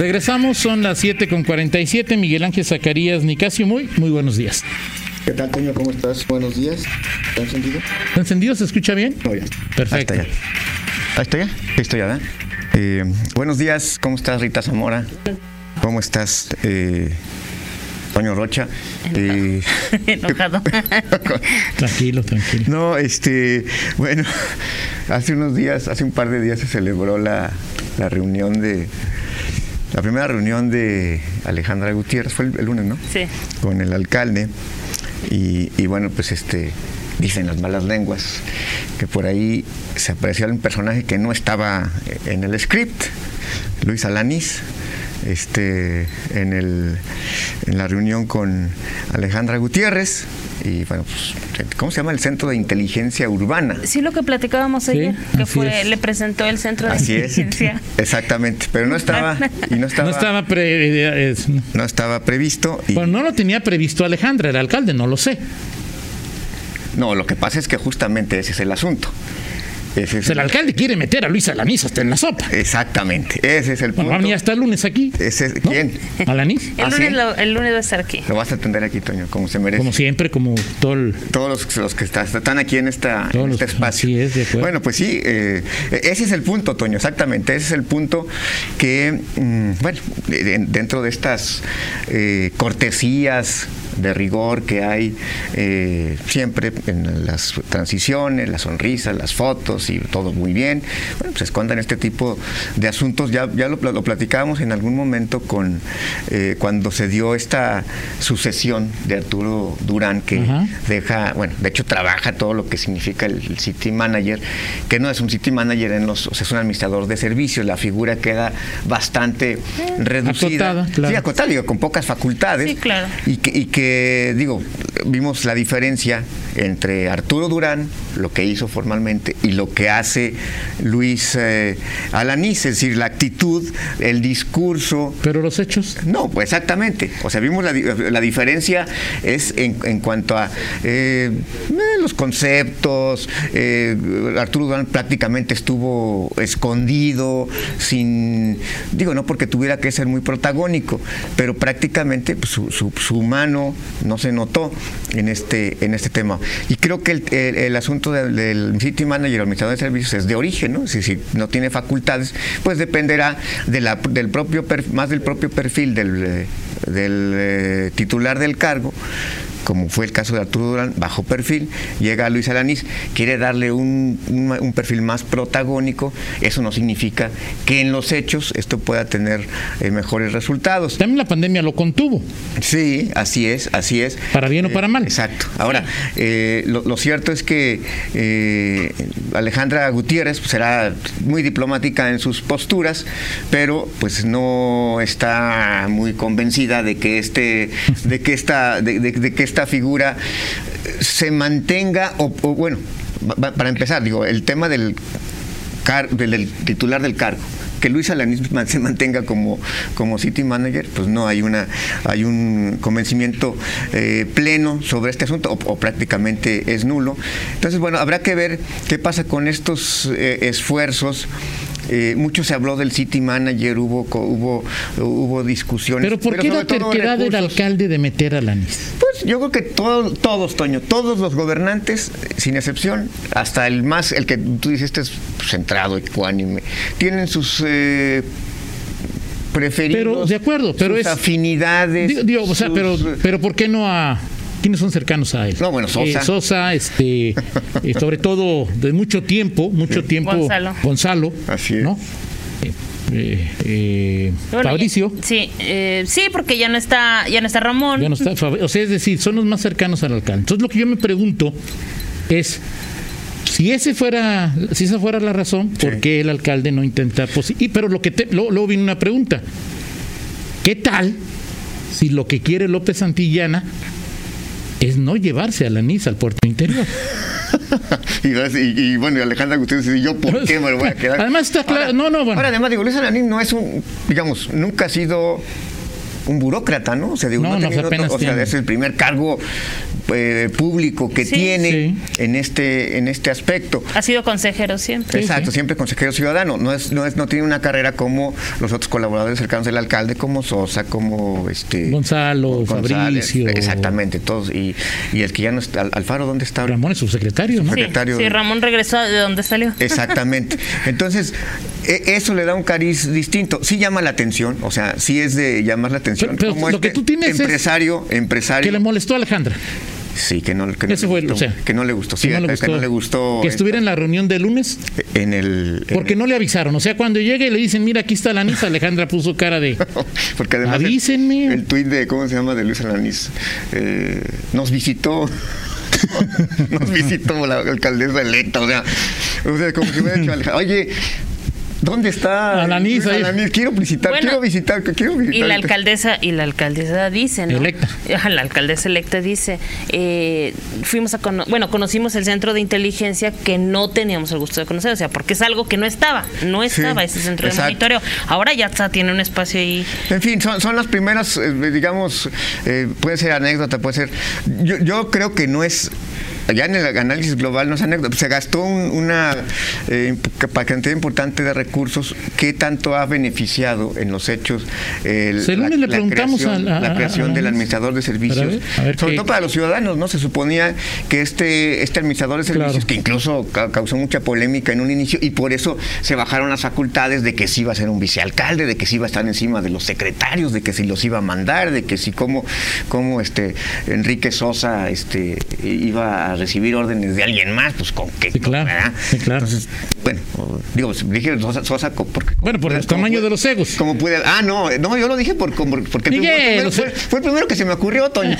Regresamos, son las 7 con 47. Miguel Ángel Zacarías Nicasio, muy, muy buenos días. ¿Qué tal, Toño? ¿Cómo estás? Buenos días. ¿Está encendido? ¿Está encendido? ¿Se escucha bien? No, ya. Perfecto. Ahí estoy ya. Ahí estoy ya. Ahí estoy ya, ¿verdad? Eh, buenos días. ¿Cómo estás, Rita Zamora? ¿Cómo estás, eh, Toño Rocha? Eh, Enojado. Tranquilo, tranquilo. no, este, bueno, hace unos días, hace un par de días se celebró la, la reunión de. La primera reunión de Alejandra Gutiérrez fue el, el lunes, ¿no? Sí. con el alcalde y, y bueno, pues este dicen las malas lenguas que por ahí se apareció un personaje que no estaba en el script, Luis Alanis, este en el en la reunión con Alejandra Gutiérrez y bueno, pues, ¿cómo se llama el Centro de Inteligencia Urbana? Sí, lo que platicábamos ayer, que así fue, es. le presentó el centro de Así es. inteligencia. Exactamente, pero no estaba y no No estaba estaba pre- eh, es- no estaba previsto y Bueno, no lo tenía previsto Alejandra, el alcalde, no lo sé. no, lo que pasa es que justamente ese es el asunto. Ese O es sea, el alcalde quiere meter a Luis Alanís hasta en la sopa. Exactamente, ese es el Bueno, punto. va a venir hasta el lunes aquí. Ese es- ¿no? ¿Quién? Alanís. El, ¿Ah, lunes sí? lo- el lunes va a estar aquí. Lo vas a atender aquí, Toño, como se merece. Como siempre, como todo el... Todos los, los que está- están aquí en, esta, Todos en este los- espacio. así es, de acuerdo. Bueno, pues sí, eh, ese es el punto, Toño, exactamente. Ese es el punto que, mm, bueno, de- de- dentro de estas eh, cortesías de rigor que hay eh, siempre en las transiciones, las sonrisas, las fotos y todo muy bien, bueno, pues escondan este tipo de asuntos. Ya, ya lo, pla- lo platicábamos en algún momento con eh, cuando se dio esta sucesión de Arturo Durán, que Ajá. deja, bueno, de hecho trabaja todo lo que significa el, el city manager, que no es un city manager en los, o sea, es un administrador de servicios, la figura queda bastante reducida. Mm. Acotada, claro. Sí, acotada, digo, con pocas facultades. Sí, claro. Y que, y que, digo, vimos la diferencia entre Arturo Durán, lo que hizo formalmente, y lo que hace Luis eh, Alanís, es decir, la actitud, el discurso, Pero los hechos... no, pues exactamente. O sea, vimos la, di- la diferencia es en, en cuanto a eh, eh, los conceptos. eh, Arturo Durán prácticamente estuvo escondido, sin. Digo, no porque tuviera que ser muy protagónico, pero prácticamente pues, su, su- su mano no se notó en este, en este tema. Y creo que el, el- el asunto del, del City Manager, administrador de servicios, es de origen, ¿no? Si, si no tiene facultades, pues dependerá de la, del propio per- más del propio perfil del, eh, del eh, titular del cargo, como fue el caso de Arturo Durán, bajo perfil, llega Luis Alanís, quiere darle un, un ma- un perfil más protagónico, eso no significa que en los hechos esto pueda tener eh, mejores resultados. También la pandemia lo contuvo. Pues, Sí, así es, así es. Para bien o Eh, para mal. Exacto. Ahora, eh, lo, lo cierto es que eh, Alejandra Gutiérrez pues, será muy diplomática en sus posturas, pero pues no está muy convencida de que este, de que esta, de, de- de que esta figura eh, se mantenga o, o, bueno, va- va- para empezar, digo, el tema del car- del, del titular del cargo. Que Luis Alanis man- se mantenga como, como city manager, pues no hay una hay un convencimiento eh, pleno sobre este asunto, o, o prácticamente es nulo. Entonces, bueno, habrá que ver qué pasa con estos eh, esfuerzos. Eh, mucho se habló del city manager, hubo co- hubo, hubo discusiones. Pero ¿por qué sobre la todo terquedad del recursos. alcalde de meter a Alanís? Pues yo creo que todos, todos, Toño, todos los gobernantes, sin excepción, hasta el más, el que tú dices, este es centrado, ecuánime, tienen sus eh, preferidos, Pero, de acuerdo, pero sus es- afinidades. Digo, digo, o sea, sus- pero, pero ¿por qué no a quiénes son cercanos a él? No, bueno, Sosa. Eh, Sosa, este, eh, sobre todo de mucho tiempo, mucho tiempo. Gonzalo. Gonzalo, Así es. ¿no? Eh, eh, eh, Bueno, Fabricio. ya- sí, eh, sí, porque ya no está, ya no está Ramón. Ya no está, Fab- o sea, es decir, son los más cercanos al alcalde. Entonces lo que yo me pregunto es si ese fuera, si esa fuera la razón, ¿por qué el alcalde no intenta? posi- y pero lo que te- luego, luego viene una pregunta. ¿Qué tal si lo que quiere López Santillana es no llevarse a la NIS al puerto interior? y, vas- y- y, bueno, y Alejandra Gutiérrez dice, ¿yo por qué me lo voy a quedar? Además está claro- Ahora- no, no, bueno. Ahora, además, digo, Luis Alanín no es un, digamos, nunca ha sido un burócrata, ¿no? O sea, digo, No, no, ha no, tenido apenas otro- o sea, tiene. es el primer cargo eh, público que Sí. tiene en este en este aspecto. Ha sido consejero siempre. Exacto, sí. siempre consejero ciudadano. No es, no es, no tiene una carrera como los otros colaboradores cercanos del alcalde, como Sosa, como este Gonzalo, González. Fabricio. Exactamente, todos. Y, y el que ya no está, Al- Alfaro, ¿dónde está? ahora? Ramón es subsecretario, ¿no? Sí, secretario sí, de- Eh, Ramón regresó de donde salió. Exactamente. Entonces, e- eso le da un cariz distinto. Sí llama la atención, o sea, sí es de llamar la atención. este Pero- pero lo que tú tienes es empresario, empresario. Que le molestó a Alejandra. sí, que no, que no Eso le fue, gustó, o sea, que no le gustó. Sí, que no le gustó. Que estuviera en la reunión de lunes en el. en porque el- no le avisaron. O sea, cuando llegue y le dicen, mira, aquí está la anita, Alejandra puso cara de... Porque además el- Avísenme. El, tuit de, ¿cómo se llama? De Luis Alanis. eh, nos visitó. nos visitó la alcaldesa electa. O sea, o sea como que me ha dicho, Alejandra, oye, ¿dónde está Alanis Luis ahí?" Alanis? Quiero visitar, Bueno, quiero visitar, quiero visitar. este Y la alcaldesa, y la alcaldesa dice, ¿no? Electa. Ajá, La alcaldesa electa dice, eh, fuimos a, cono- bueno, conocimos el centro de inteligencia que no teníamos el gusto de conocer, o sea, porque es algo que no estaba, no Sí, estaba ese centro exacto. de monitoreo. Ahora ya está, tiene un espacio ahí. En fin, son, son las primeras, eh, digamos, eh, puede ser anécdota, puede ser. Yo, yo creo que no es. Ya en el análisis global no es anécdota. Se gastó un- una eh, imp- cantidad importante de recursos que tanto ha beneficiado en los hechos el- Sí, el lunes le preguntamos creación, al- a- la creación a- a- del administrador de servicios. ver, a ver sobre qué- todo para los ciudadanos, ¿no? Se suponía que este, este administrador de servicios, Claro. que incluso ca- causó mucha polémica en un inicio y por eso se bajaron las facultades de que si iba a ser un vicealcalde, de que si iba a estar encima de los secretarios, de que si los iba a mandar, de que si como, como este Enrique Sosa este, iba a recibir órdenes de alguien más, pues con qué. Sí, claro, ¿verdad? sí, claro. Entonces, bueno, o- digo, pues, dije Sosa, Sosa co- porque... Bueno, por el tamaño de los egos. Como puede... Ah, no, no, yo lo dije por, como- porque Miguel, fue, o sea- fue- fue el primero que se me ocurrió, Toño.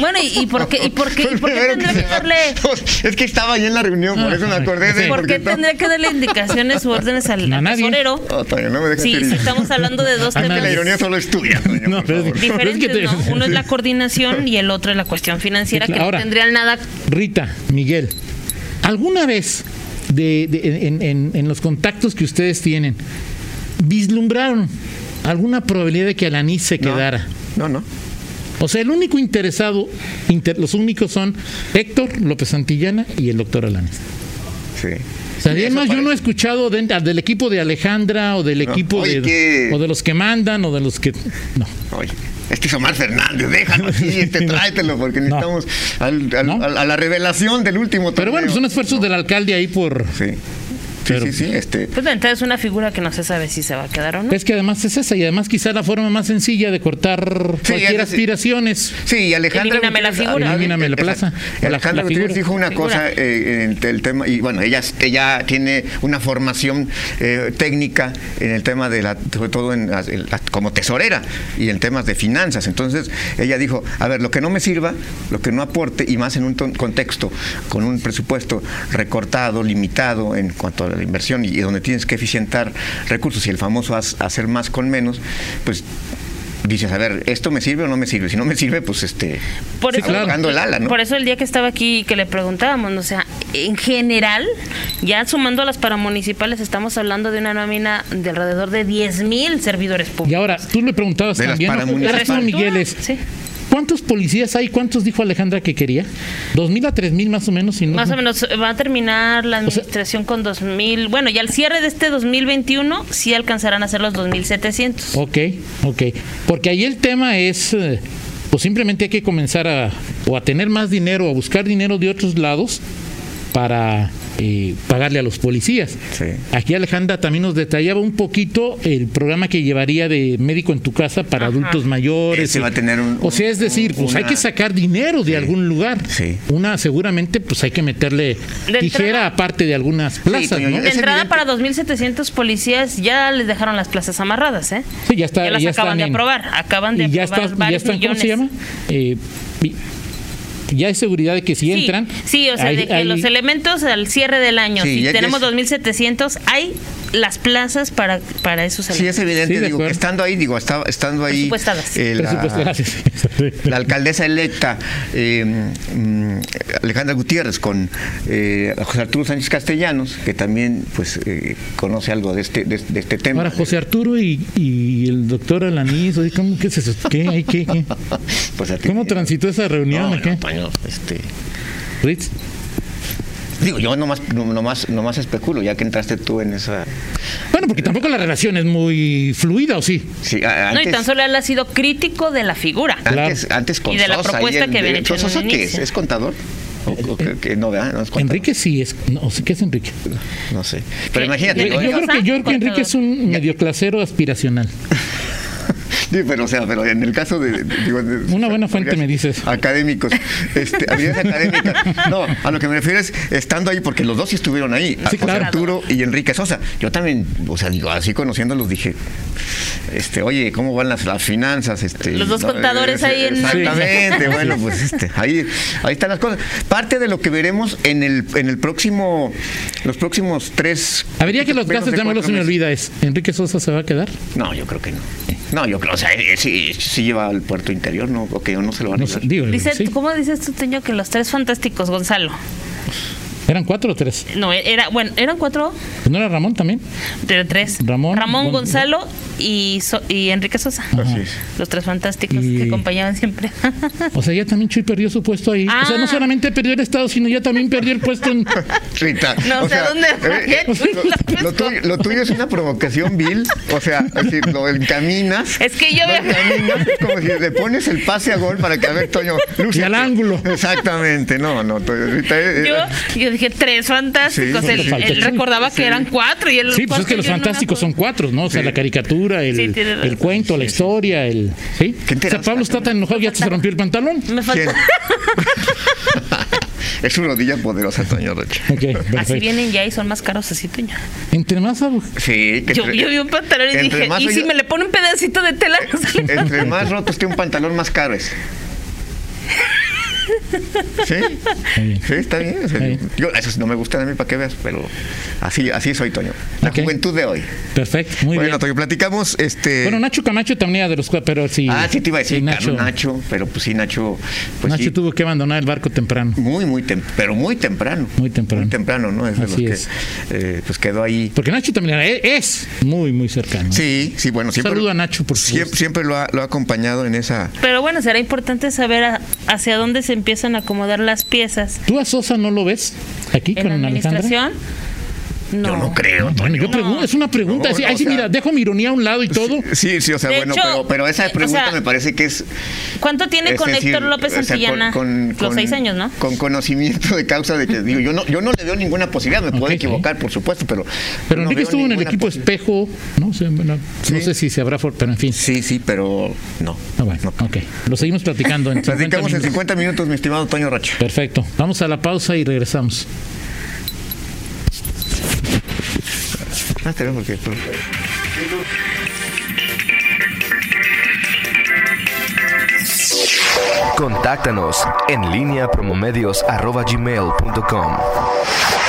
Bueno, ¿y, y por qué, y por qué, y Fue el por qué primero tendría que que se me- darle... Es que estaba ahí en la reunión, por eso me acordé de... Ah, Sí. ¿Por qué porque no- tendría que darle indicaciones u órdenes al, A al nadie. tesorero? Oh, Toño, no me dejes Sí, ir. sí, estamos hablando de dos A temas. Que la ironía solo es tuya, Toño, No, por pero- favor. Pero es que diferentes, te- ¿no? Uno es la coordinación y el otro es la cuestión financiera, Sí, que claro. no Ahora- tendrían nada. Rita, Miguel, ¿alguna vez de- de- en, en- en los contactos que ustedes tienen vislumbraron alguna probabilidad de que Alanis se No. quedara? No, no. O sea, el único interesado, inter- los únicos son Héctor López Santillana y el doctor Alanis. Sí. O sea, Sí, eso además, yo no he parece. escuchado de- del equipo de Alejandra o del equipo Oye, de, que- o de los que mandan o de los que... No. Oye, este es que es Omar Fernández, déjalo así, este, tráetelo, porque No. necesitamos al- al- No. al- a la revelación del último Pero bueno, pues son torneo. esfuerzos del alcalde ahí por... Sí. Sí, Pero- sí, sí, este... Pues de entrada es una figura que no se sabe si se va a quedar o no. Es que además es esa y además quizá la forma más sencilla de cortar Sí, cualquier es- aspiraciones. Sí, y Alejandra. Elimíname la Gutiérrez- figura. Elimíname la plaza, Exacto. la- Alejandra la Gutiérrez figura. dijo una Figura. cosa eh, en el, el tema, y bueno, ella, ella tiene una formación eh, técnica en el tema de la, sobre todo en, las- en las- como tesorera y en temas de finanzas. Entonces, ella dijo: A ver, lo que no me sirva, lo que no aporte, y más en un ton- contexto con un presupuesto recortado, limitado en cuanto a la inversión y, y donde tienes que eficientar recursos y el famoso haz- hacer más con menos, pues dices, a ver, ¿esto me sirve o no me sirve? Si no me sirve, pues este. Por Sí, eso, claro. Ahorcando el ala, ¿no? por eso el día que estaba aquí y que le preguntábamos, o sea, en general, ya sumando a las paramunicipales, estamos hablando de una nómina de alrededor de 10 mil servidores Y públicos. ahora, tú le preguntabas De las también, ¿no? paramunicipales. Ernesto Miguel es, Ah, Sí. ¿cuántos policías hay? ¿Cuántos dijo Alejandra que quería? ¿Dos mil a tres mil más o menos? si no- Más o menos eh, va a terminar la administración con 2000. Bueno, y al cierre de este 2021 sí alcanzarán a ser los 2700. Ok, ok. Porque ahí el tema es, eh, pues simplemente hay que comenzar a, o a tener más dinero, a buscar dinero de otros lados para eh, pagarle a los policías. Sí. Aquí Alejandra también nos detallaba un poquito el programa que llevaría de médico en tu casa para adultos mayores. Ese Y- Este, va a tener un- o sea, es decir, un- pues hay una- que sacar dinero de algún lugar. Sí. Una seguramente, pues hay que meterle De tijera entrada- aparte de algunas plazas, Toño, ¿no? De Es entrada evidente. para 2.700 policías ya les dejaron las plazas amarradas, ¿eh? Sí, ya está- las ya acaban están de en- aprobar, acaban de y ya, aprobar está, ya varios están, ¿cómo millones. se llama? Eh, vi- ya hay seguridad de que si Sí, entran. Sí, o sea, hay- de que hay- los elementos al cierre del año, Sí, si ya- ya tenemos es- 2.700, hay las plazas para, para esos Sí, es evidente, Sí, de digo, que acuerdo. estando ahí, digo, esta- estando ahí. Presupuestadas. eh, la- Presupuesto, gracias. la alcaldesa electa eh, mm, Alejandra Gutiérrez con eh, José Arturo Sánchez Castellanos, que también pues eh, conoce algo de este, de, de este tema. Ahora, José Arturo y, y el doctor Alanís, oye, ¿cómo que es eso? ¿Qué? ¿Ay, qué, qué? Pues, a ti- ¿Cómo transitó esa reunión? No, o qué? no, paño, este, Ritz, digo, yo nomás, no- nomás, nomás especulo, ya que entraste tú en esa... Bueno, porque tampoco la relación es muy fluida, ¿o sí? Sí, a- No, antes- y tan solo él ha sido crítico de la figura. Antes, antes con Y de la Sosa, propuesta ahí en- que habían de- hecho en ¿Sosa un qué es? inicio. ¿Es contador? O- o que- que no, ¿verdad? No es contador. Enrique sí es. No, ¿sí? ¿qué es Enrique? No sé. Pero ¿Qué? imagínate. ¿Qué? Yo ¿no? creo que, yo creo que Enrique es un medio clasero aspiracional. Sí, pero o sea, pero en el caso de, de- digo, de- Una buena fuente habilidades me dices. Académicos. Este, habilidades académicas. No, a lo que me refiero es estando ahí, porque los dos sí estuvieron ahí, a Sí, José claro. Arturo y Enrique Sosa. Yo también, o sea, digo, así conociéndolos dije, este, oye, ¿cómo van las, las finanzas? Este, Los dos contadores eh, ahí en- Exactamente, bueno, pues este, ahí, ahí están las cosas. Parte de lo que veremos en el, en el próximo, los próximos tres. Habría que los menos de gastos, ya me cuatro los se me meses. olvida, es. ¿Enrique Sosa se va a quedar? No, yo creo que no. No, yo creo, o sea, eh, sí, sí lleva al puerto interior, ¿no? O que no se lo van a No llevar. sé, digo, Dice, sí. ¿cómo dices tú, Teño, que los tres fantásticos, Gonzalo? ¿Eran cuatro o tres? No, era, bueno, eran cuatro, Pues ¿No era Ramón también? pero tres. Ramón, Gon- Gonzalo y, So- y Enrique Sosa. Así es. Los tres fantásticos Y- que acompañaban siempre. O sea, ya también Chuy perdió su puesto ahí. O sea, no Ah. solamente perdió el Estado, sino ya también perdió el puesto en... Rita, No sé a dónde va, eh, ¿eh? Chuy, lo, la lo tuyo, lo tuyo es una provocación vil, o sea, es decir, lo encaminas. es que yo lo veo... encaminas, es como si le pones el pase a gol para que, a ver, Toño, lúcete. Y al ángulo. Exactamente, no, no, Toño, Rita, eh, eh, Yo, yo dije tres fantásticos. Sí, él, sí, sí. él recordaba que eran cuatro y él Sí, pues es que los fantásticos son cuatro, ¿no? O sea, Sí. la caricatura, el, Sí, tiene razón. el cuento, la historia, el... ¿Sí? Qué O sea, enterado Pablo está, está tan enojado que ya hasta se rompió el pantalón. Me ¿quién? falta. es su rodilla poderosa, Toño Rocha. Ok, Así perfecto. vienen ya y son más caros así, Toño. Entre más... ab- Sí, que Yo, entre- yo vi un pantalón y entre dije, más ¿y oye- si me le pone un pedacito de tela? no sale nada"? Entre más roto esté un pantalón, más caro es. ¿Sí? bien. Sí, está bien. o sea, Está bien. yo, esos no me gustan a mí para que veas, pero así, así soy, Toño. La Ok. juventud de hoy. Perfecto, muy bueno, bien. Toño, platicamos. Este... Bueno, Nacho Camacho también era de los cuatro, pero sí... ah, sí, te iba a decir, sí, Nacho. Nacho, Nacho, pero pues sí, Nacho. Pues Nacho sí, tuvo que abandonar el barco temprano. Muy, muy tem- pero muy temprano. Muy temprano. Muy temprano, ¿no? Es de Así los es. que eh, pues quedó ahí. Porque Nacho también era- e-, es muy, muy cercano. Sí, sí, bueno, siempre. Saludo a Nacho, por supuesto. Siempre, siempre lo, ha, lo ha acompañado en esa. Pero bueno, será importante saber a- hacia dónde se empiezan a acomodar las piezas ¿Tú a Sosa no lo ves aquí en con la Alejandra? administración. No. Yo no creo, Bueno, Toño. yo pregun- es una pregunta. No, sí, no, ay, sí, o sea- pues mira, dejo mi ironía a un lado y todo. Sí, sí, o sea, De bueno, hecho, pero, pero esa eh, o pregunta sea, me parece que es. ¿Cuánto tiene es con decir, Héctor López o sea, Santillana? con- Los con- seis años, ¿no? Con conocimiento de causa de que digo, yo no, yo no le veo ninguna posibilidad, me Ok, puedo sí. equivocar, por supuesto, pero. Pero no Enrique veo estuvo en el ninguna equipo posi- espejo, ¿no? O sea, bueno, No Sí. sé si se habrá, for- pero en fin. Sí, sí, pero no. Ah, bueno, no. ok. Lo seguimos platicando en 50 Platicamos en minutos. 50 minutos, mi estimado Toño Rocha. Perfecto. Vamos a la pausa y regresamos. Ah, tenemos que. Contáctanos en línea promomedios.com.